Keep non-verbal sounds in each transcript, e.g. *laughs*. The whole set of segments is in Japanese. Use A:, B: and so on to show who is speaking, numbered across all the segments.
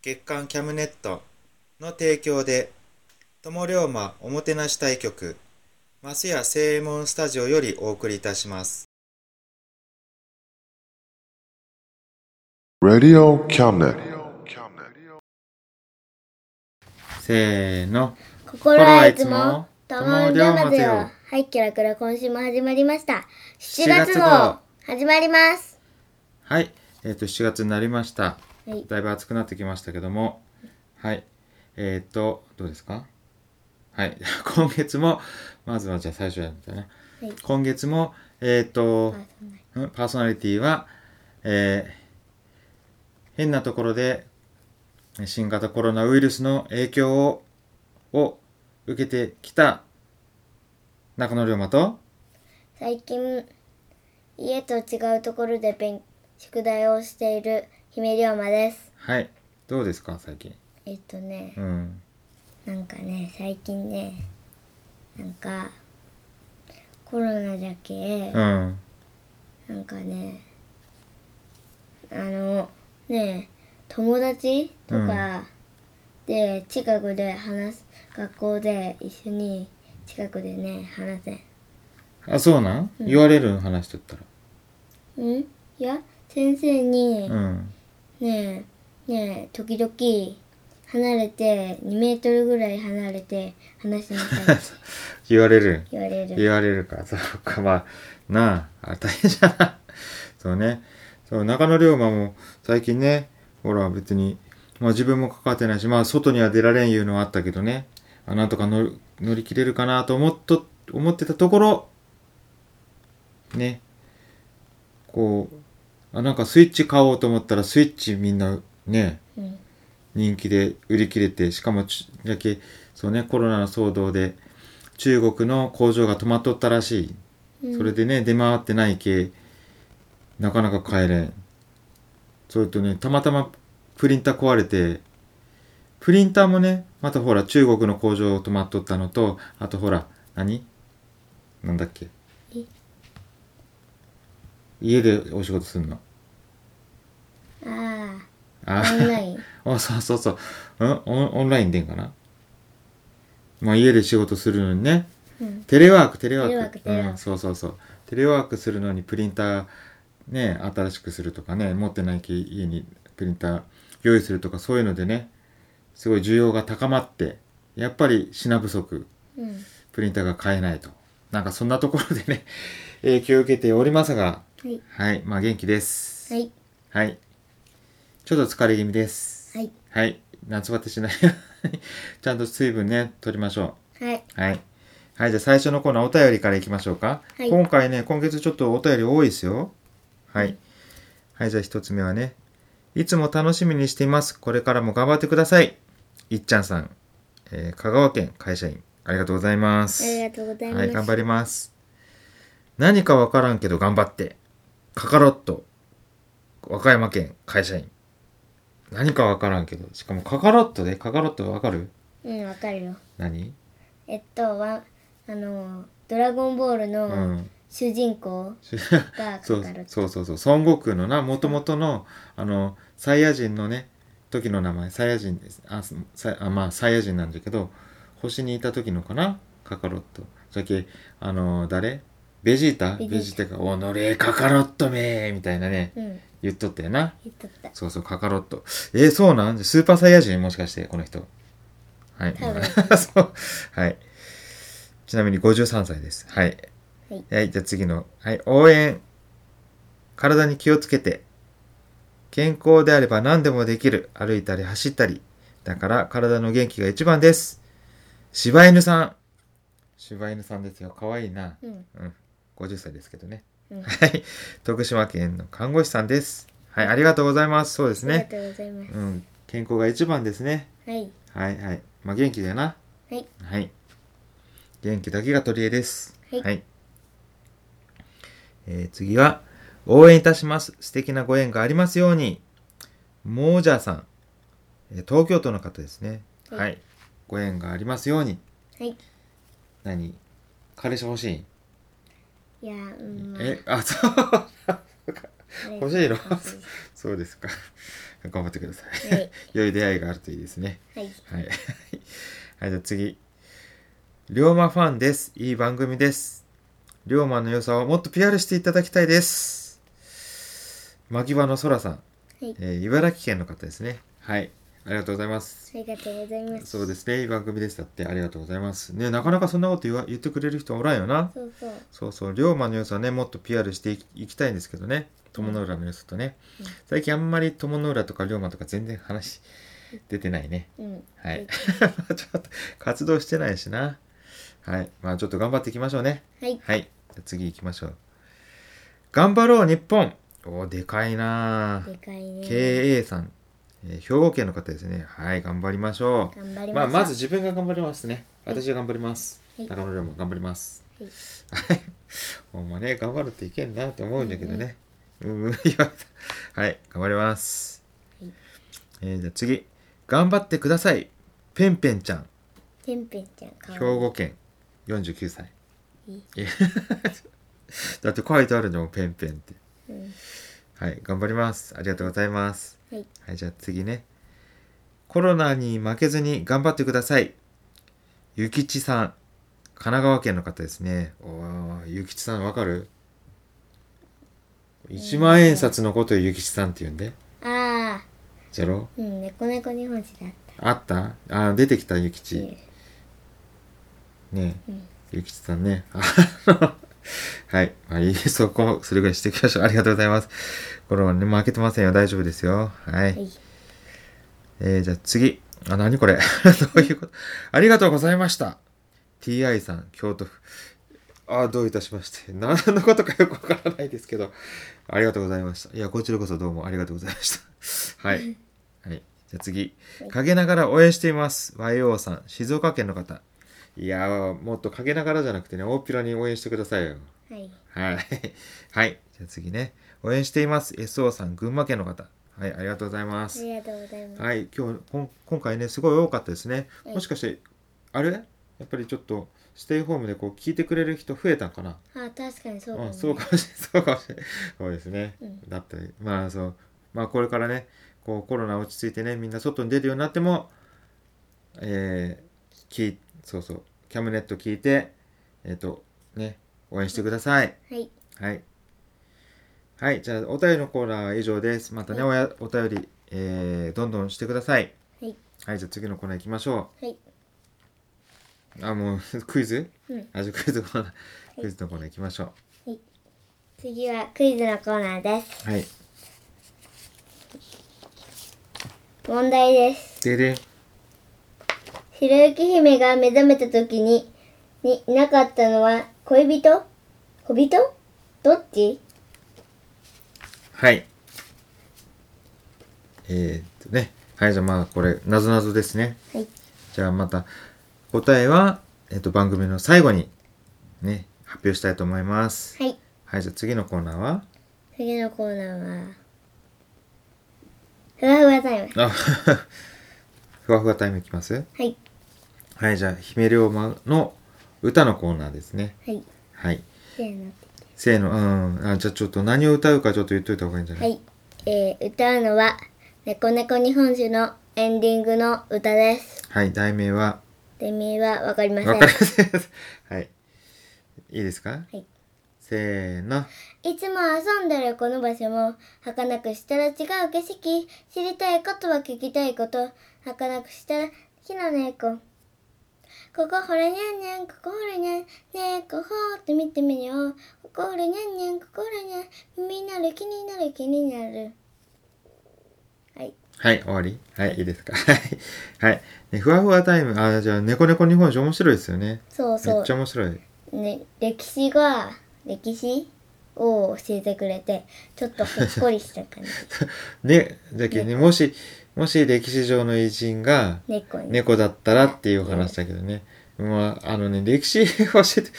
A: 月刊キャムネットの提供で、友龍馬おもてなし対局、マスヤ正右衛門スタジオよりお送りいたします。
B: Radio Cabinet.
A: せーの。
C: 心はいつも
A: 友
C: 友
A: を
C: を
A: 両
C: 両
A: ま
C: ま
A: ぜ
C: ぜ
A: よ
C: よ。はい、キラキラ今週も始まりました。
A: 7月
C: 7月
A: 号
C: 号、始まります。
A: はい。えっ、と、7月になりました。
C: はい、
A: だいぶ暑くなってきましたけども。はい。えっ、と、どうですかはい。 *laughs* 今月も、まずはじゃあ最初やったね。
C: はい
A: 今月も、えっ、と
C: まあ、そんな
A: うんパーソナリティは、えー変なところで新型コロナウイルスの影響をを受けてきた中野龍馬と、
C: 最近、家と違うところで勉宿題をしている姫龍馬です。
A: はい。どうですか、最近。
C: えっとね
A: う、ん。
C: なんかね、最近ね、なんか、コロナだ
A: う、
C: け
A: ん。
C: なんかね、あの、ねえ、友達とかで、近くで話す、学校で一緒に近くでね、話せん。
A: あ、そうなん、言われる話しとったら。
C: うんいや、先生に、
A: うん。
C: ねえ、ねえ、時々、離れて、2メートルぐらい離れて、話しなさいって
A: 言われる。
C: 言われる。
A: *laughs* 言われるか。そうか、まあ、なあ、あ大変じゃな。 *laughs* そうね。そう、中野龍馬も最近ね、ほら別に、まあ自分も関わってないし、まあ外には出られんいうのはあったけどね。あなんとか乗る乗り切れるかなと思っと、思ってたところ、ね。こう、あ、なんかスイッチ買おうと思ったらスイッチみんな、ね、
C: うん、
A: 人気で売り切れてしかもちだけそうねコロナの騒動で中国の工場が止まっとったらしい、
C: うん
A: それでね出回ってない系なかなか買えれんそれとねたまたまプリンター壊れてプリンターもねまたほら中国の工場止まっとったのとあとほら何なんだっけ
C: え
A: 家でお仕事するの
C: あ
A: あ
C: あ、
A: ー
C: オンライン。
A: あ、そうそうそう。うんオンオンラインでんかな。まあ家で仕事するのにね。
C: うん、
A: テレワーク、テレワーク。
C: テレワークテレワーク
A: うん、そうそうそう。テレワークするのにプリンター、ね、新しくするとかね、持ってない家家にプリンター用意するとか、そういうのでね、すごい需要が高まって、やっぱり品不足、
C: うん。
A: プリンターが買えないと。なんかそんなところでね、 *laughs* 影響を受けておりますが、
C: はい。
A: はい、まあ元気です。
C: はい。
A: はい。ちょっと疲れ気味です。
C: はい。
A: はい。夏バテしない *laughs* ようにちゃんと水分ね、取りましょ
C: はい。
A: う。はい。はい、じゃあ最初のコーナー、お便りからいきましょうか。
C: はい
A: 今回ね、今月ちょっとお便り多いですよ。はい。はい、じゃあ一つ目はね。いつも楽しみにしています。これからも頑張ってください。いっちゃんさん、えー香川県会社員、ありがとうございます。
C: ありがとうございます。
A: はい、頑張ります。何かわからんけど頑張って。カカロット。和歌山県会社員。何かわからんけどしかもカカロットでカカロットわかる
C: うんわかるよ
A: 何
C: えっとわあの「ドラゴンボール」
A: う
C: の
A: ん *laughs*
C: 主人公
A: し
C: が
A: そ
C: カ
A: う
C: カロット、
A: そうそうそう孫悟空のなもともとのあのサイヤ人のね時の名前サイヤ人ですあすサイあまあサイヤ人なんだけど星にいた時のかなカカロットじゃけあの誰ベジータ
C: ベジータ
A: ベジータが「おのれカカロットめ!」みたいなね
C: うん
A: 言っとったよな
C: 言っとった
A: そうそうカカロットえー、そうなんじゃスーパーサイヤ人もしかしてこの人はい
C: 多分
A: *laughs* そうはいちなみに53歳ですはい
C: はい
A: はい、じゃあ次の、はい、応援。体に気をつけて。健康であれば何でもできる。歩いたり走ったり。だから体の元気が一番です。柴犬さん。柴犬さんですよ。かわいいな。
C: うん
A: うん。50歳ですけどね。
C: うん
A: はい。徳島県の看護師さんです。はい、ありがとうございます。そうです
C: ありが
A: ね。
C: とうございます、
A: うん。健康が一番ですね。
C: はい
A: はいはい。まあ元気だよな。
C: はい
A: はい。元気だけが取り柄です。
C: はい
A: えー次は、応援いたします。素敵なご縁がありますように。モージャーさん。えー東京都の方ですね。
C: はい
A: はい。ご縁がありますように。
C: はい
A: 何彼氏欲しい、
C: いやうんまあ
A: え、あ、そう。欲しいの
C: 欲しい
A: そうですか。 *laughs* 頑張ってください。 *laughs*
C: はい
A: 良い出会いがあるといいですね。
C: はい
A: はい。 *laughs* はい、じゃあ次。龍馬ファンです。いい番組です。龍馬の良さをもっと PR していただきたいです。牧場の空さん、
C: はい
A: えー茨城県の方ですね。はい。ありがとうございます。
C: ありがとうございます
A: そうですね。いい番組でしたって。ありがとうございます。ね、なかなかそんなこと言わ言ってくれる人おらんよな。
C: そうそう
A: そうそう、龍馬の良さね、もっと PR していきいきたいんですけどね、友の浦の良さとね、
C: うん
A: 最近あんまり友の浦とか龍馬とか全然話出てないね。
C: うん
A: はい。 *laughs* ちょっと活動してないしな。はい。まあちょっと頑張っていきましょうね。
C: はい
A: はい。じゃあ次行きましょう。頑張ろう日本おー、でかいな
C: でかいね
A: KA さん、えー兵庫県の方ですね。はい、頑張りましょう。
C: 頑張り
A: まあ
C: ましょう
A: まず自分が頑張りますね。
C: はい
A: 私が頑張ります。
C: はい
A: 中野龍も頑張ります。
C: はい
A: はい。ほんまね、頑張るっていけんなって思うんだけどね。うん、 *laughs* うん、言われた。はい、頑張ります。
C: はい
A: えーじゃあ次。頑張ってください。ぺんぺんちゃん、
C: ペンペンちゃんかわ
A: 兵
C: いい
A: 庫県、49歳
C: いい。
A: え *laughs* だって書いてあるのもんぺんぺんって。
C: うん
A: はい、頑張ります。ありがとうございます。
C: はい
A: はい、じゃあ次ね。コロナに負けずに頑張ってください。ゆきちさん。神奈川県の方ですね。おー、ゆきちさんわかる ?1 万円札のことをゆきちさんって言うんで。
C: ああ
A: ゼロ
C: うん猫猫日本史だった
A: あったあー、出てきたゆき
C: ってい
A: ち
C: う。
A: ね
C: うん
A: ゆきちさんね。 *laughs* あのはい。まあいい、そこ、それぐらいしていきましょう。ありがとうございます。コロナに負けてませんよ。大丈夫ですよ。はい
C: はい
A: えー、じゃあ次。あ、なにこれ *laughs* どういうことありがとうございました。TI さん、京都府。あ、どういたしまして。何のことかよくわからないですけど、ありがとうございました。いや、こちらこそどうもありがとうございました。 *laughs* はい。はい。じゃあ次
C: はい。
A: 陰ながら応援しています。YO さん、静岡県の方。いやー、もっと陰ながらじゃなくてね、大っぴらに応援してくださいよ。
C: はい
A: はい。 *laughs* はい。じゃあ次ね。応援しています。SO さん、群馬県の方。はい、ありがとうございま
C: あ
A: す。
C: りがとうございます
A: はい、今日こん今回ねすごい多かったですね。
C: うん
A: もしかしてあれやっぱりちょっとステイホームでこう聞いてくれる人増えたんかな。
C: あ確かにそううかも
A: ん、
C: ね
A: そうかもしれない、そう *laughs* かもしれない。そうですね。
C: うん
A: だったり、まあそう、まあこれからね、こうコロナ落ち着いてね、みんな外に出るようになっても、えー、きそうそう、キャムネット聞いて、えっ、とね、応援してください。
C: はい
A: はい。はい、じゃあお便りのコーナーは以上です。またね、おやお便り、えー、どんどんしてください。
C: はい
A: はい、じゃあ次のコーナー行きましょ。
C: はいう
A: あ、もう *laughs* クイズ
C: うん
A: あ、じゃあクイズコーナー、クイズのコーナー行きましょ
C: 次はクイズのコーナーです
A: う。はい。
C: 問題です
A: ででん、
C: 白雪姫が目覚めた時ににいなかったのは恋人小人どっち
A: はい。えー、っとね、はい、じゃあまあこれ、なぞなぞですね。
C: はい
A: じゃあまた、答えは、えっと、番組の最後に、ね、発表したいと思います。
C: はい
A: はい、じゃあ次のコーナーは
C: 次のコーナーはふわふわタイム。
A: あふわふわタイムいきます
C: はい。
A: はいじゃあ姫龍馬の歌のコーナーですね
C: はい。
A: はい
C: せーの。
A: せーのうんあじゃあちょっと何を歌うかちょっと言っといた方がいいんじゃない、
C: はい。えー、歌うのは、ねこねこ日本酒のエンディングの歌です。
A: はい、題名は
C: デミはわかりません。
A: わかりませんはいいいですか、
C: はい
A: せーの
C: いつも遊んでるこの場所も儚くしたら違う景色知りたいことは聞きたいこと儚くしたら火の猫ここほれにゃんにゃんここほれにゃん猫ほーって見てみようここほれにゃんにゃんここほれにゃん耳になる気になる気になるはい
A: はい、終わりはい、いいですかはい。はい。ねふわふわタイム。あ、じゃあ、猫猫日本酒面白いですよね。
C: そう
A: め
C: そ
A: っ
C: う
A: ちゃ面白い。
C: ね、歴史が歴史を教えてくれてちょっとほっこりした
A: *laughs*
C: 感じ
A: で、じゃけね、もし、もし歴史上の偉人が
C: 猫に、
A: 猫だったらっていうお話だけどね。まあ、あのね、歴史を教えて、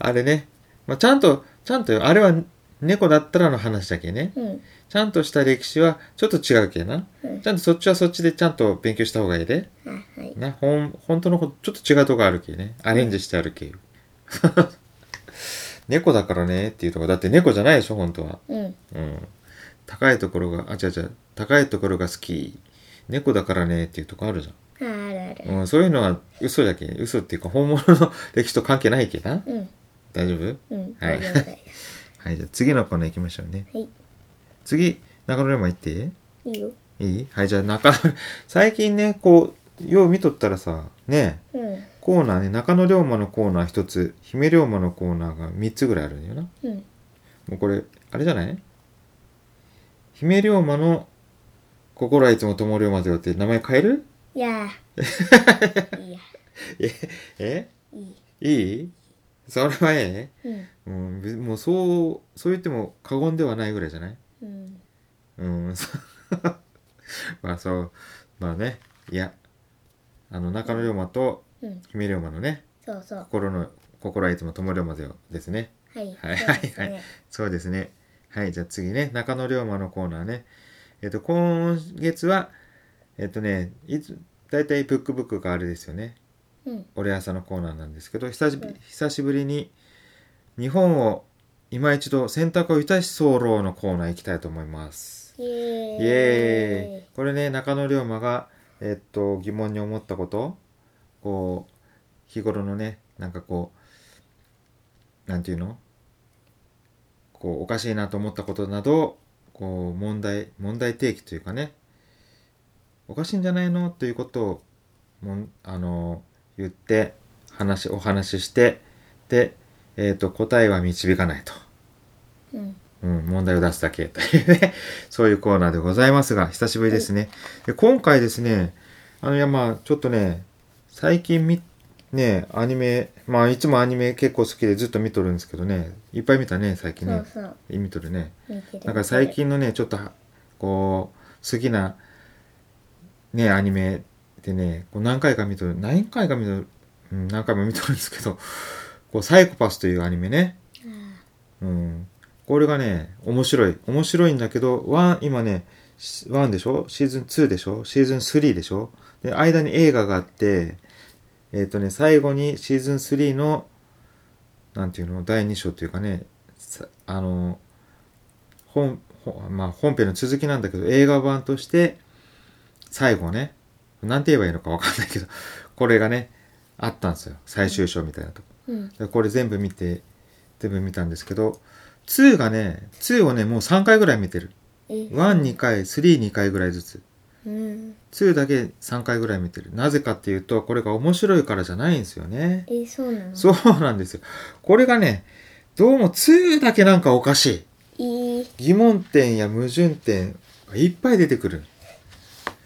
A: あれね、まあ、ちゃんと、ちゃんと、あれは猫だったらの話だけね。
C: うん
A: ちゃんとした歴史はちょっと違うけな。
C: うん
A: ちゃんとそっちはそっちでちゃんと勉強した方がいいで。
C: あはい
A: な、ほん、本当のこと、ちょっと違うとこあるけね。アレンジしてあるけ。 *laughs* 猫だからねっていうとこ。だって猫じゃないでしょ、本当は。
C: うん
A: うん。高いところが、あ、違う違う。高いところが好き。猫だからねっていうとこあるじ
C: ああるある
A: ゃん。うん、そういうのは嘘だけ。嘘っていうか、本物の歴史と関係ないけな。
C: うん
A: 大丈夫
C: うん
A: はい
C: 大丈夫だよ
A: はい、じゃあ次のコーナー行きましょうね。
C: はい
A: 次、中野龍馬行って。
C: いいよ
A: いいはい、じゃあ中野、 *laughs* 最近ね、こう、よう見とったらさ、ね
C: うん
A: コーナーね中野龍馬のコーナー一つ姫龍馬のコーナーが3つぐらいあるんだよな
C: うん
A: もうこれあれじゃない姫龍馬の「心はいつも友龍馬だよ」って名前変える
C: いや
A: *laughs*
C: ーいや
A: え
C: いい
A: いいそれはえ
C: うん
A: え、うん、別もうそうそう言っても過言ではないぐらいじゃない
C: うん
A: うん *laughs* そうまあそうまあねいやあの中野龍馬と
C: うん
A: 姫龍馬のね
C: そうそう
A: 心の「心はいつも友龍馬だよ」ですね
C: はい
A: はい
C: そうです
A: はい
C: ね
A: そうですね。はい、じゃあ次ね、中野龍馬のコーナーね。えっと、今月は、えっとね、いつ、だいたいブックブックがあれですよね。
C: うん
A: 俺朝のコーナーなんですけど、久しぶ
C: う
A: り
C: ん
A: 久しぶりに、日本を今一度選択をいたし候のコーナー行きたいと思います。
C: イエー
A: イ
C: イ
A: エーイこれね、中野龍馬が、えっと、疑問に思ったこと、こう、日頃のね、なんかこう、なんていうのこう、おかしいなと思ったことなど、こう、問題、問題提起というかね、おかしいんじゃないのということを、もんあの、言って、話、お話しして、で、えっと、答えは導かないと。
C: うん
A: うん、問題を出すだけというね、 *laughs* そういうコーナーでございますが、久しぶりですね。で今回ですね、あの、いや、まあ、ちょっとね、最近み、ね、アニメ、まあ、いつもアニメ結構好きでずっと見とるんですけどね、いっぱい見たね、最近
C: そ
A: ね
C: う。そう
A: 見とるね。
C: 見てる
A: なんか最近のね、ちょっとは、こう、好きな、ね、アニメでね、こう何回か見とる、何回か見とる、うん、何回も見とるんですけど、こう、サイコパスというアニメね。う
C: あ
A: ん。これがね、面白い。面白いんだけど、ワン、今ね、しワンでしょシーズン2でしょシーズン3でしょで、間に映画があって、えっ、とね、最後にシーズン3の、なんていうの第2章というかね、さあの、本、本まあ、本編の続きなんだけど、映画版として、最後ね、なんて言えばいいのかわかんないけど、これがね、あったんですよ。最終章みたいなとこ。
C: ーうん
A: でこれ全部見て全部見たんですけど2がね2をねもう3回ぐらい見てる
C: え
A: 12回32回ぐらいずつ
C: うん
A: 2だけ3回ぐらい見てるなぜかっていうとこれが面白いからじゃないんですよね
C: えそうなの
A: そうなんですよこれがねどうも2だけなんかおかし
C: いい
A: い疑問点や矛盾点がいっぱい出てくる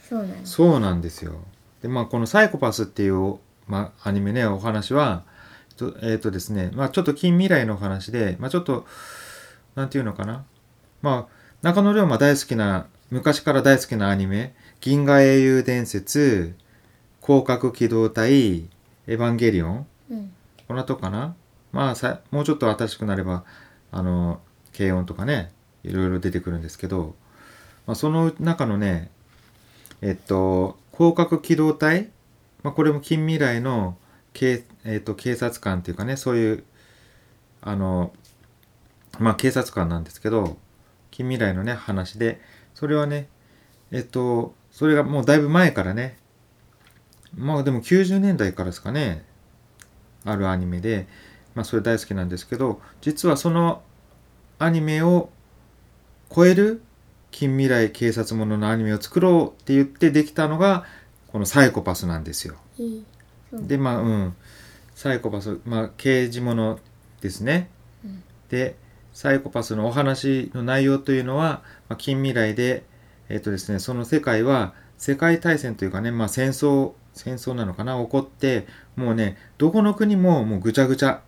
C: そうなの
A: そうなんですよ。で、まあ、このサイコパスっていう、まあ、アニメね、お話は、とえっ、とですね、まあ、ちょっと近未来のお話で、まあ、ちょっと、なんていうのかな。まあ、中野龍馬大好きな、昔から大好きなアニメ、銀河英雄伝説、広角機動隊、エヴァンゲリオン、
C: うん
A: この後かな。まあさ、もうちょっと新しくなれば、あの、軽音とかね、いろいろ出てくるんですけど、まあ、その中のね、えっと、広角機動隊、まあ、これも近未来の警,、えっと、警察官っていうかねそういうあの、まあ、警察官なんですけど近未来のね話でそれはねえっとそれがもうだいぶ前からねまあでも90年代からですかねあるアニメで、まあ、それ大好きなんですけど実はそのアニメを超える近未来警察もののアニメを作ろうって言ってできたのがこの「サイコパス」なんですよ。
C: いい。そう
A: でまあうんサイコパス、まあ、刑事ものですね。
C: うん
A: でサイコパスのお話の内容というのは、まあ、近未来で,、えっとですね、その世界は世界大戦というかね、まあ、戦争戦争なのかな起こってもうねどこの国ももうぐちゃぐちゃ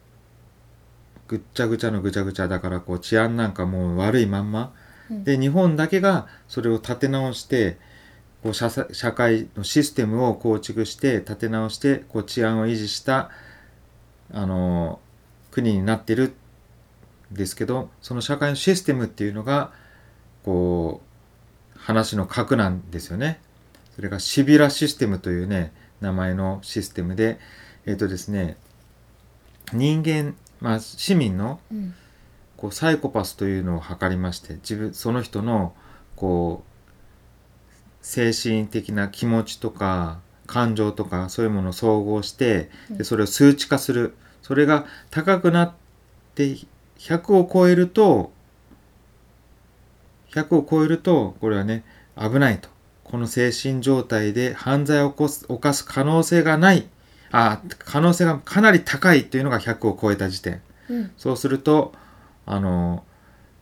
A: ぐっちゃぐちゃのぐちゃぐちゃだからこう治安なんかもう悪いまんま、
C: うん
A: で日本だけがそれを立て直してこう社さ社会のシステムを構築して立て直してこう治安を維持した、あの国になってるんですけどその社会のシステムっていうのがこう話の核なんですよね。それがシビラシステムというね名前のシステムでえっ、とですね人間、まあ、市民の
C: うん。
A: こうサイコパスというのを測りまして自分その人のこう精神的な気持ちとか感情とかそういうものを総合して
C: うん
A: でそれを数値化するそれが高くなって100を超えると100を超えるとこれはね危ないとこの精神状態で犯罪を起こす犯す可能性がないあ可能性がかなり高いというのが100を超えた時点
C: うん。
A: そうすると、あの、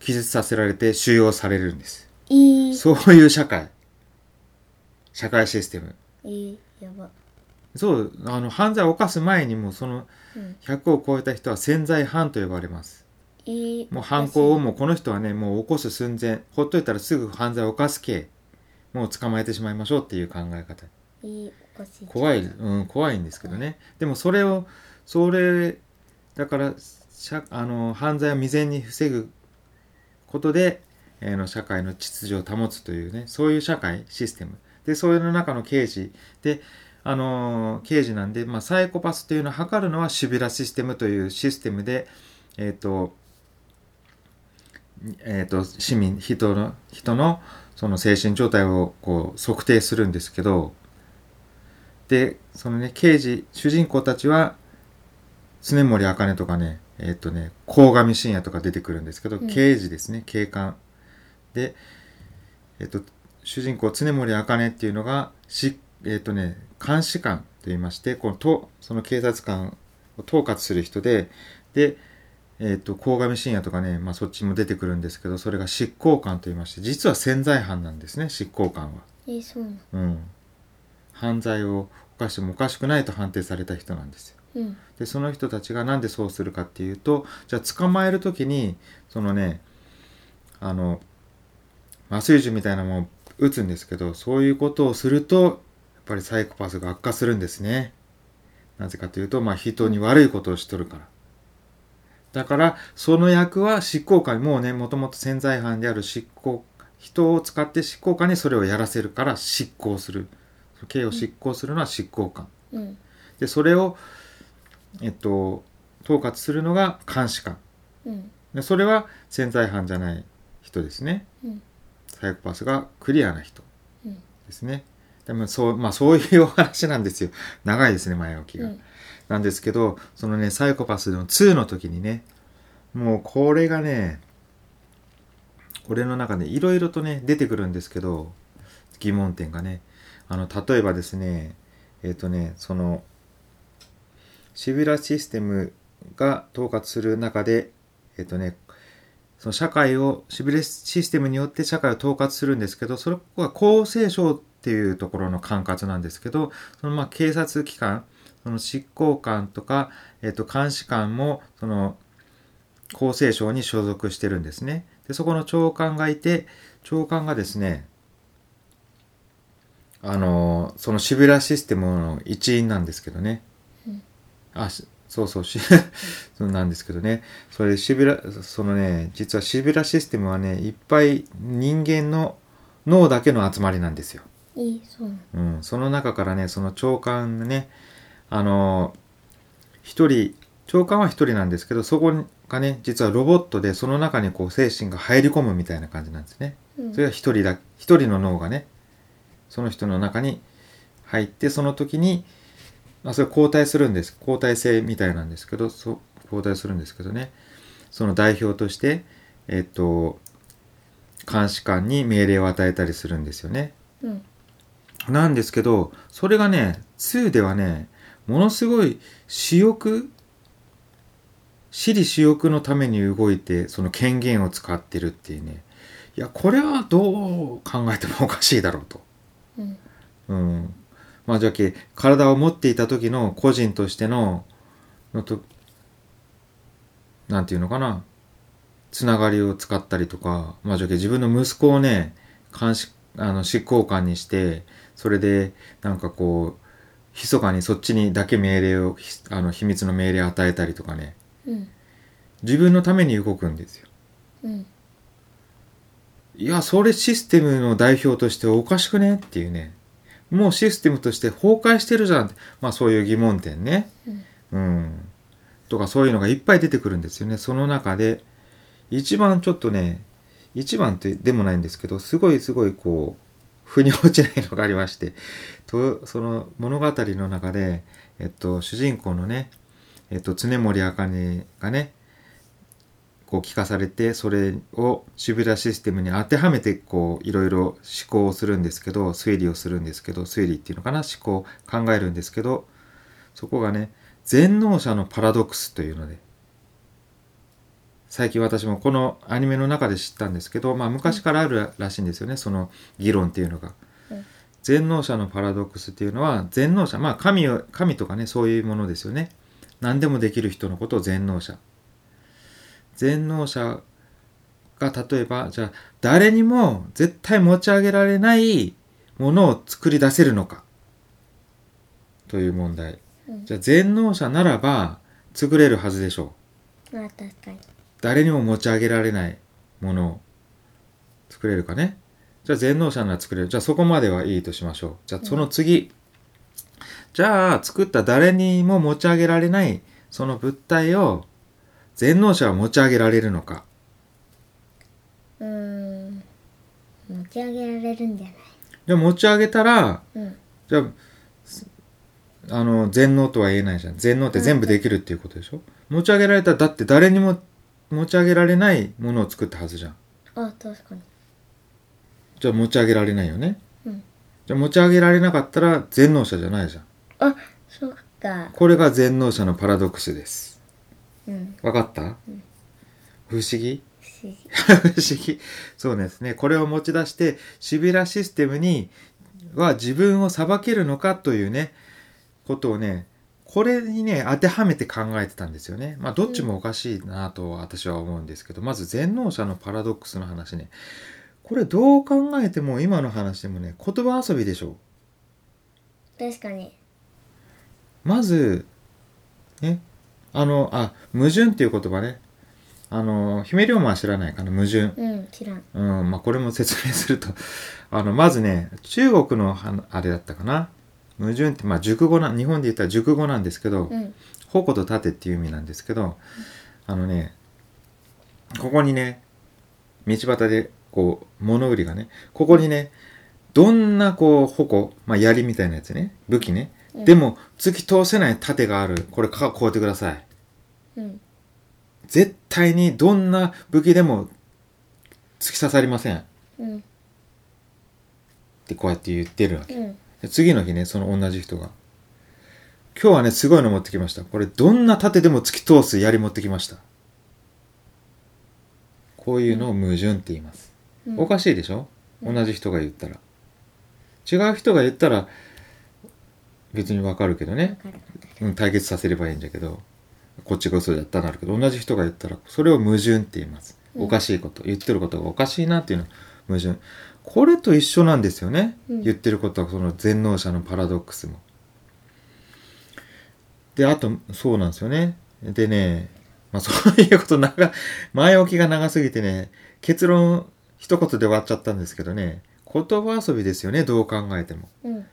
A: 気絶させられて収容されるんです。
C: いい。
A: そういう社会。社会システム。
C: いい。やば。
A: そう、あの、犯罪を犯す前にもうその
C: うん。
A: 100を超えた人は潜在犯と呼ばれます。
C: いい。
A: もう犯行を
C: も。
A: もうこの人はね、もう起こす寸前、ほっといたらすぐ犯罪を犯す系。もう捕まえてしまいましょうっていう考え方。
C: いい。おかしい。
A: 怖い、うん、怖いんですけどねでもそれをそれだから社あの犯罪を未然に防ぐことで、えーの社会の秩序を保つというねそういう社会システムでそれの中の刑事であのー刑事なんで、まあ、サイコパスというのを測るのはシビラシステムというシステムでえっ、とえー、と市民人の人のその精神状態をこう測定するんですけど、でそのね刑事主人公たちは常森茜とかねえっとね鴻上信也とか出てくるんですけど、
C: うん
A: 刑事ですね警官でえっと主人公常森茜っていうのがしえっとね監視官と言いましてこのとその警察官を統括する人ででえっと鴻上信也とかね、まあ、そっちも出てくるんですけどそれが執行官と言いまして実は潜在犯なんですね執行官は。
C: えー、そうなの。
A: うん、犯罪を犯してもおかしくないと判定された人なんですよ。
C: うん。
A: でその人たちがなんでそうするかっていうとじゃあ捕まえる時にそのねあの麻酔銃みたいなもんを撃つんですけどそういうことをするとやっぱりサイコパスが悪化するんですね。なぜかというと、まあ、人に悪いことをしとるから。だからその役は執行官もうねもともと潜在犯である執行人を使って執行官にそれをやらせるから執行する刑を執行するのは執行官。
C: うん。
A: でそれを、えっと、統括するのが監視官
C: うん。
A: でそれは潜在犯じゃない人ですね
C: うん。
A: サイコパスがクリアな人
C: うん。
A: ですねでもそう,、まあ、そういうお話なんですよ長いですね前置き
C: う
A: が、
C: ん。
A: なんですけどそのねサイコパスの2の時にねもうこれがね俺の中でいろいろとね出てくるんですけど疑問点がねあの例えばですねえっ、とねそのシビラシステムが統括する中でえっ、とねその社会をシビラシステムによって社会を統括するんですけどそれここは厚生省っていうところの管轄なんですけどそのまあ警察機関その執行官とか、えっと、監視官もその厚生省に所属してるんですね。でそこの長官がいて長官がですねあのそのシビラシステムの一員なんですけどね。
C: うん
A: あしそうそうし *laughs* そうなんですけどねそれシビラそのね実はシビラシステムはねいっぱい人間の脳だけの集まりなんですよ。
C: いいそうなの
A: うん、その中からねその長官がねあの一人長官は一人なんですけどそこがね実はロボットでその中にこう精神が入り込むみたいな感じなんですね。
C: うん
A: それは一人だ一人の脳がねその人の中に入ってその時に、まあ、それ交代するんです交代制みたいなんですけどそう交代するんですけどねその代表としてえっと監視官に命令を与えたりするんですよね。
C: うん
A: なんですけど、それがね、2ではね、ものすごい私欲、私利私欲のために動いて、その権限を使ってるっていうね。いや、これはどう考えてもおかしいだろうと。
C: うん
A: うん。まあ、じゃけ、体を持っていた時の個人としての、のと、なんていうのかな、つながりを使ったりとか、まあ、じゃけ、自分の息子をね、監視、あの、執行官にして、それで、なんかこう、密かにそっちにだけ命令を、ひあの、秘密の命令を与えたりとかね、
C: うん
A: 自分のために動くんですよ。
C: うん
A: いや、それシステムの代表としておかしくねっていうね。もうシステムとして崩壊してるじゃんって。まあそういう疑問点ね。うん。とかそういうのがいっぱい出てくるんですよね。その中で、一番ちょっとね、一番ってでもないんですけど、すごいすごいこう、腑に落ちないのがありまして、とその物語の中で、えっと、主人公のね、えっと、常森茜がね、こう聞かされてそれを渋谷システムに当てはめてこういろいろ思考をするんですけど推理をするんですけど推理っていうのかな思考考えるんですけどそこがね全能者のパラドックスというので最近私もこのアニメの中で知ったんですけど、まあ、昔からあるらしいんですよねその議論っていうのが
C: うん。
A: 全能者のパラドックスっていうのは全能者まあ神を神とかねそういうものですよね。何でもできる人のことを全能者。全能者が例えばじゃあ誰にも絶対持ち上げられないものを作り出せるのかという問題
C: うん
A: じゃあ全能者ならば作れるはずでしょう
C: まあ確かに
A: 誰にも持ち上げられないものを作れるかねじゃあ全能者なら作れるじゃあそこまではいいとしましょうじゃあその次、じゃあ作った誰にも持ち上げられないその物体を全能者は持ち上げられるのか
C: うーん持ち上げられるんじゃ
A: じゃあ持ち上げたら
C: ないうん
A: じゃあすあの全能とは言えないじゃん全能って全部できるっていうことでしょ持ち上げられたらだって誰にも持ち上げられないものを作ったはずじゃん
C: あ確かに
A: じゃあ持ち上げられないよね
C: うん
A: じゃあ持ち上げられなかったら全能者じゃないじゃん。
C: あそっか
A: これが全能者のパラドックスです。
C: うん
A: わかった、不思議
C: 不思議
A: 不思議。そうですね。これを持ち出して、シビラシステムには自分を裁けるのかというね、ことをね、これにね、当てはめて考えてたんですよね。まあ、どっちもおかしいなと私は思うんですけど、まず全能者のパラドックスの話ね。これどう考えても今の話でもね、言葉遊びでしょ
C: 確かに
A: まず、ね、あの、あ、矛盾っていう言葉ね。あの、姫龍馬は知らないかな、矛盾。
C: うん知らん
A: うん、まあ、これも説明すると。 *laughs* あの、まずね、中国のは、あれだったかな。矛盾って、まあ、熟語な、日本で言ったら熟語なんですけど、
C: うん
A: 矛と盾っていう意味なんですけど、あのね、ここにね、道端で、こう、物売りがね、ここにね、どんな、こう、矛、まあ、槍みたいなやつね、武器ね、
C: うん
A: でも、突き通せない盾がある。これ、か、こうやってください。
C: うん
A: 絶対に、どんな武器でも、突き刺さりません。っ
C: うん
A: てこうやって言ってるわけ。
C: うん
A: で次の日ね、その同じ人が。今日はね、すごいの持ってきました。これ、どんな盾でも突き通す槍持ってきました。こういうのを矛盾って言います。
C: うん
A: おかしいでしょ
C: うん
A: 同じ人が言ったら。違う人が言ったら、別にわかるけどね
C: わ。かるわかる
A: うん、対決させればいいんだけどこっちが嘘だったなるけど同じ人が言ったらそれを矛盾って言います
C: うん
A: おかしいこと、言ってることがおかしいなっていうのは矛盾これと一緒なんですよね、
C: うん
A: 言ってることはその全能者のパラドックスもであとそうなんですよねでね、まあ、そういうこと長前置きが長すぎてね結論一言で終わっちゃったんですけどね言葉遊びですよねどう考えても。
C: うん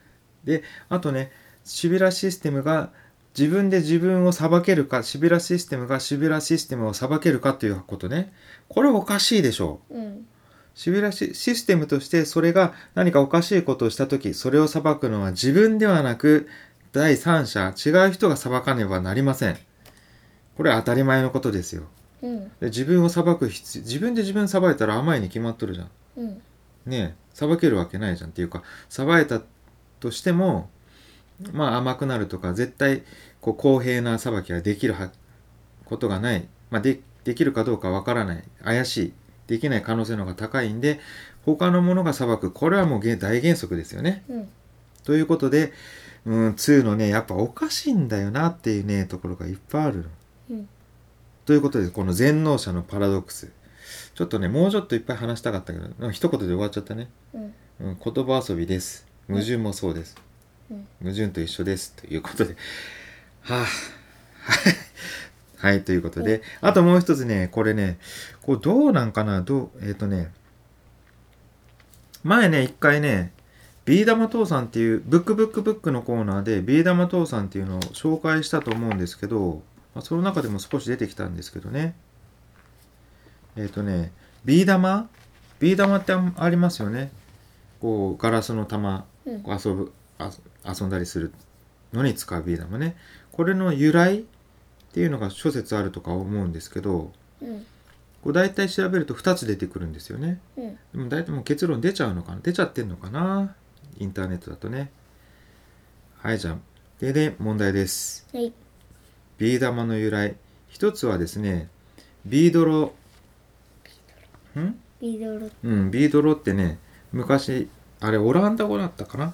A: であとねシビラシステムが自分で自分を裁けるかシビラシステムがシビラシステムを裁けるかということねこれおかしいでしょう。
C: うん
A: シビラシシステムとしてそれが何かおかしいことをした時それを裁くのは自分ではなく第三者違う人が裁かねばなりませんこれは当たり前のことですよ
C: うん
A: で自分を裁く必自分で自分裁いたら甘いに決まっとるじゃん
C: うん
A: ねえ裁けるわけないじゃんっていうか裁いたとしてもまあ甘くなるとか絶対こう公平な裁きができるはことがない、まあ、でできるかどうかわからない怪しいできない可能性の方が高いんで他のものが裁くこれはもうげ大原則ですよね。
C: うん
A: ということで、うん、2のねやっぱおかしいんだよなっていうねところがいっぱいあるの。
C: うん
A: ということでこの全能者のパラドックスちょっとねもうちょっといっぱい話したかったけどなんか一言で終わっちゃったね。
C: うん
A: うん、言葉遊びです矛盾もそうです、
C: うん
A: 矛盾と一緒ですということではあはいということで、あともう一つねこれねこうどうなんかなどうえっ、とね前ね一回ねビー玉父さんっていうブックブックブックのコーナーでビー玉父さんっていうのを紹介したと思うんですけど、まあ、その中でも少し出てきたんですけどねえっ、とねビー玉ビー玉ってあありますよねこうガラスの玉
C: うん
A: こう遊ぶあ遊んだりするのに使うビー玉ねこれの由来っていうのが諸説あるとか思うんですけど
C: うん
A: こう大体調べると2つ出てくるんですよね
C: うん
A: でも大体もう結論出ちゃうのかな出ちゃってんのかなインターネットだとねはいじゃあでで問題です
C: はい
A: ビー玉の由来一つはですねビードロん
C: ビデオロッ
A: うん、ビードロってね、昔、あれオランダ語だったかな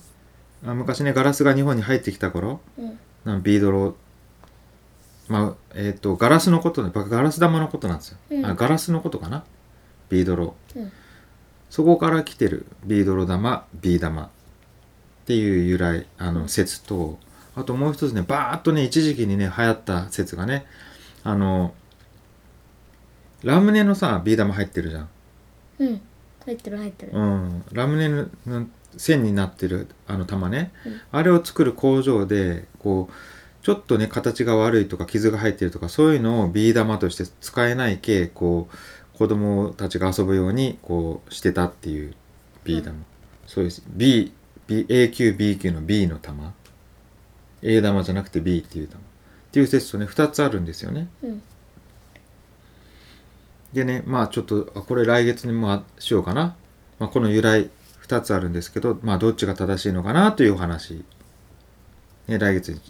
A: あ昔ね、ガラスが日本に入ってきた頃、
C: うん
A: なんビードロ、まあ、えっ、と、ガラスのことね、ばガラス玉のことなんですよ。
C: うん
A: あガラスのことかなビードロ。
C: うん
A: そこから来てる、ビードロ玉、ビー玉っていう由来、あ
C: う
A: の、
C: ん
A: 説と、あともう一つね、バーっとね、一時期にね、流行った説がね、あの、ラムネのさ、ビー玉入ってるじゃん。
C: うん入ってる入ってる
A: うん、ラムネの線になってるあの玉ね、
C: うん
A: あれを作る工場でこうちょっとね形が悪いとか傷が入ってるとかそういうのをビー玉として使えない系こう子供たちが遊ぶようにこうしてたっていうビー玉、そうです B, B A 級 B 級の B の玉 A 玉じゃなくて B っていう玉っていう説とね2つあるんですよね。
C: うん
A: でねまあちょっとあこれ来月にもあしようかな、まあ、この由来2つあるんですけどまあどっちが正しいのかなというお話、ね、来月に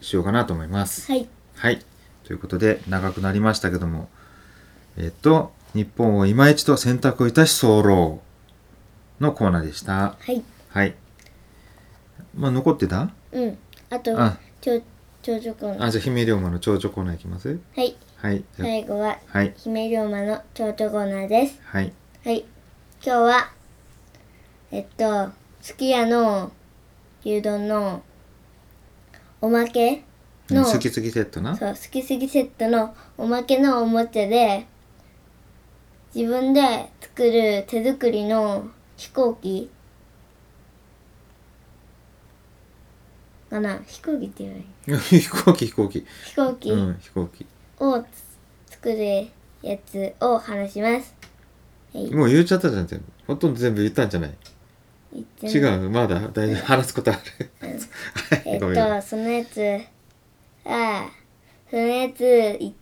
A: しようかなと思います。
C: はい
A: はいということで長くなりましたけどもえっと「日本を今一度選択をいたし候」のコーナーでした。
C: はい
A: はい。まあ残ってた
C: うんあと
A: あ
C: ちょ長女コーナー
A: あじゃあ姫龍馬の長女コーナーいきます
C: はい
A: はい。じゃあ
C: 最後は
A: はい。
C: 姫龍馬の長女コーナーです
A: はい。
C: はい今日はえっとすき家の牛丼のおまけ
A: うん
C: の
A: 好き好きセットな。 *laughs*
C: そう好きすぎセットのおまけのおもちゃで自分で作る手作りの飛行機かな飛行機って言わない
A: 飛行機飛行機。
C: 飛行機
A: うん、飛行機。
C: をつ作るやつを話します。はい、
A: もう言っちゃったじゃん、全部。ほとんど全部言ったんじゃない違
C: う。
A: う、まだ大丈夫。話すことある。は
C: *laughs* え
A: い、
C: っ
A: ごめん。は
C: と、そのやつ、ああ、そのやつ、い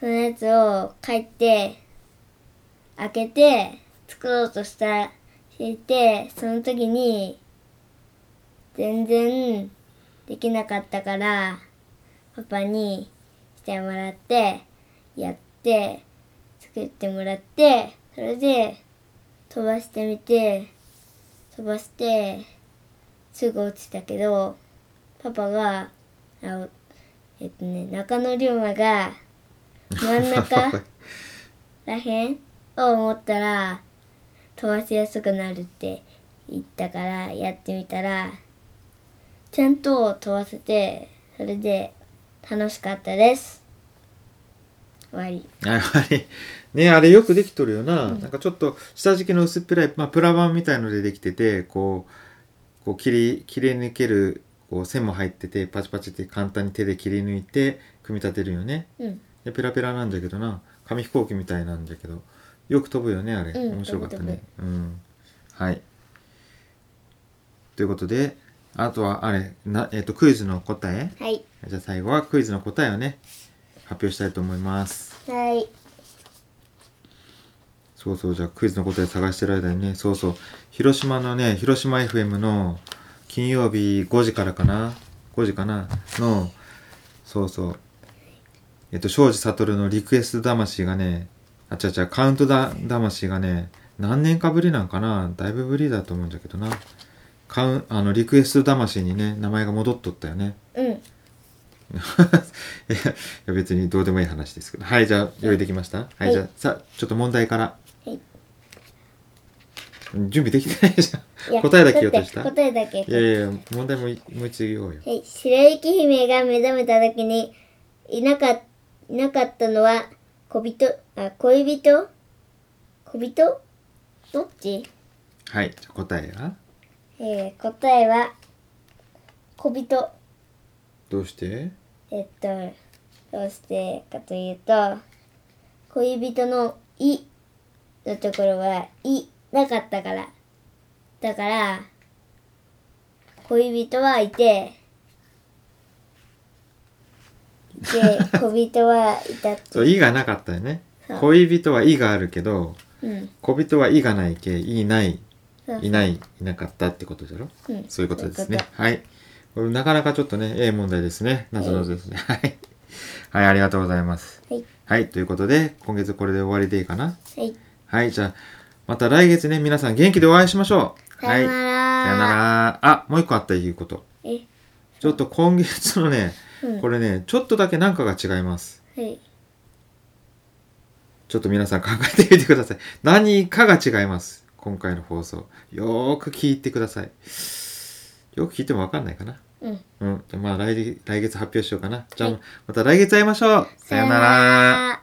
C: そのやつを書いて、開けて、作ろうとした、していて、その時に、全然できなかったから、パパにしてもらって、やって、作ってもらって、それで、飛ばしてみて、飛ばして、すぐ落ちたけどパパがあおえっとね中野龍馬が真
A: *laughs*
C: ん中らへんを持ったら飛ばしやすくなるって言ったからやってみたらちゃんと飛ばせてそれで楽しかったです終わり
A: い、終わり。ねあれよくできとるよな、なんかちょっと下敷きの薄っぺらい、まあ、プラ板みたいのでできててこうこう切り切り抜けるこう線も入っててパチパチって簡単に手で切り抜いて組み立てるよね
C: うん
A: でペラペラなんだけどな紙飛行機みたいなんだけどよく飛ぶよねあれ、
C: うん
A: 面白かったねうんはいということであとはあれな、えっとクイズの答え
C: はい
A: じゃあ最後はクイズの答えをね発表したいと思います
C: はい
A: そうそう、じゃあクイズの答え探してる間にね、そうそう、広島のね、広島 FM の金曜日5時からかな ?5 時かなの、そうそう、えっと、庄司悟のリクエスト魂がね、あ、違う違う、カウントだ魂がね、何年かぶりなんかなだいぶぶりだと思うんだけどな。カウン、あの、リクエスト魂にね、名前が戻っとったよね。
C: うん
A: *laughs* いやいや、別にどうでもいい話ですけど。はい、じゃあ、用意できましたは
C: はい
A: い、じゃあ、さあ、ちょっと問題から。
C: はい
A: 準備できてないじ
C: い
A: ゃん。
C: や
A: 答えだけ言おうとし
C: だ
A: た
C: って答えだけ
A: いやいや、問題もいもう一度言おうよ。
C: はい、白雪姫が目覚めた時にいなかいなかったのは小人あ恋人小人どっち、
A: はい、じゃあ答えは
C: えー、答えは小人
A: どうして
C: えっとどうしてかというと恋人の「い」のところは「い」なかったからだから恋人はいていて恋人はいたって
A: そう、いがなかったよね
C: そう。
A: 恋人はいがあるけど、
C: うん
A: 小人はいがないけ、いない、
C: そう
A: いない、いなかったってことじゃろ
C: うん
A: そういうことですね
C: そういう。
A: はい。これなかなかちょっとね、ええ問題ですね。謎々ですね。はい。はい、ありがとうございます。
C: はい
A: はい、ということで、今月これで終わりでいいかな
C: はい
A: はい、じゃあ、また来月ね、皆さん元気でお会いしましょう。
C: さ
A: はい。
C: よ
A: さよな
C: なら
A: ら。あ、もう一個あったいうこと。
C: え
A: ちょっと今月のね、
C: うん
A: これね、ちょっとだけなんかが違います。
C: はい
A: ちょっと皆さん考えてみてください。何かが違います。今回の放送。よーく聞いてください。よく聞いてもわかんないかな。
C: うん
A: うん。じゃあまあ来、来月発表しようかな。じゃあ、
C: はい
A: また来月会いましょう。さよなら。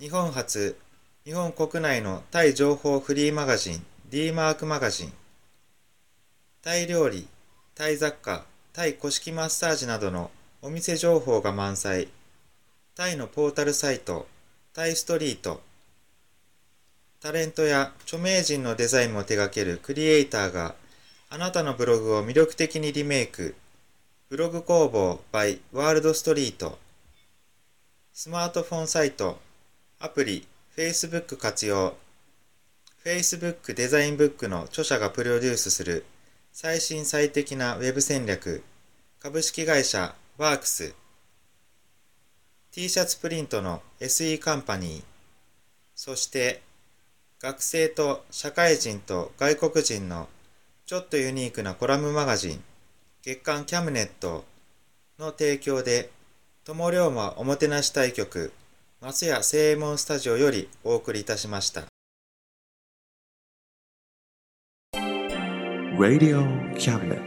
A: 日本初日本国内のタイ情報フリーマガジン D マークマガジンタイ料理、タイ雑貨、タイ古式マッサージなどのお店情報が満載。タイのポータルサイト、タイストリート。タレントや著名人のデザインも手掛けるクリエイターがあなたのブログを魅力的にリメイク。ブログ工房 by ワールドストリート。スマートフォンサイト、アプリ、Facebook 活用。Facebook デザインブックの著者がプロデュースする最新最適なウェブ戦略株式会社ワークス t シャツプリントの SE カンパニーそして学生と社会人と外国人のちょっとユニークなコラムマガジン月刊キャムネットの提供で友龍馬おもてなし対局松屋正右衛門スタジオよりお送りいたしました。
B: Radio Cabinet.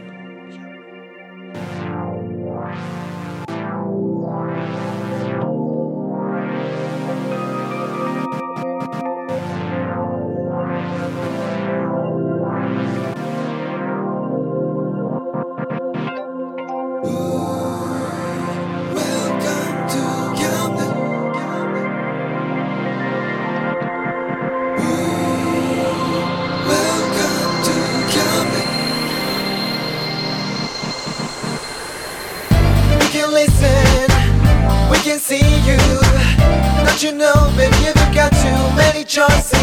D: We can listen, we can see you. Don't you know, baby, you've got too many choices.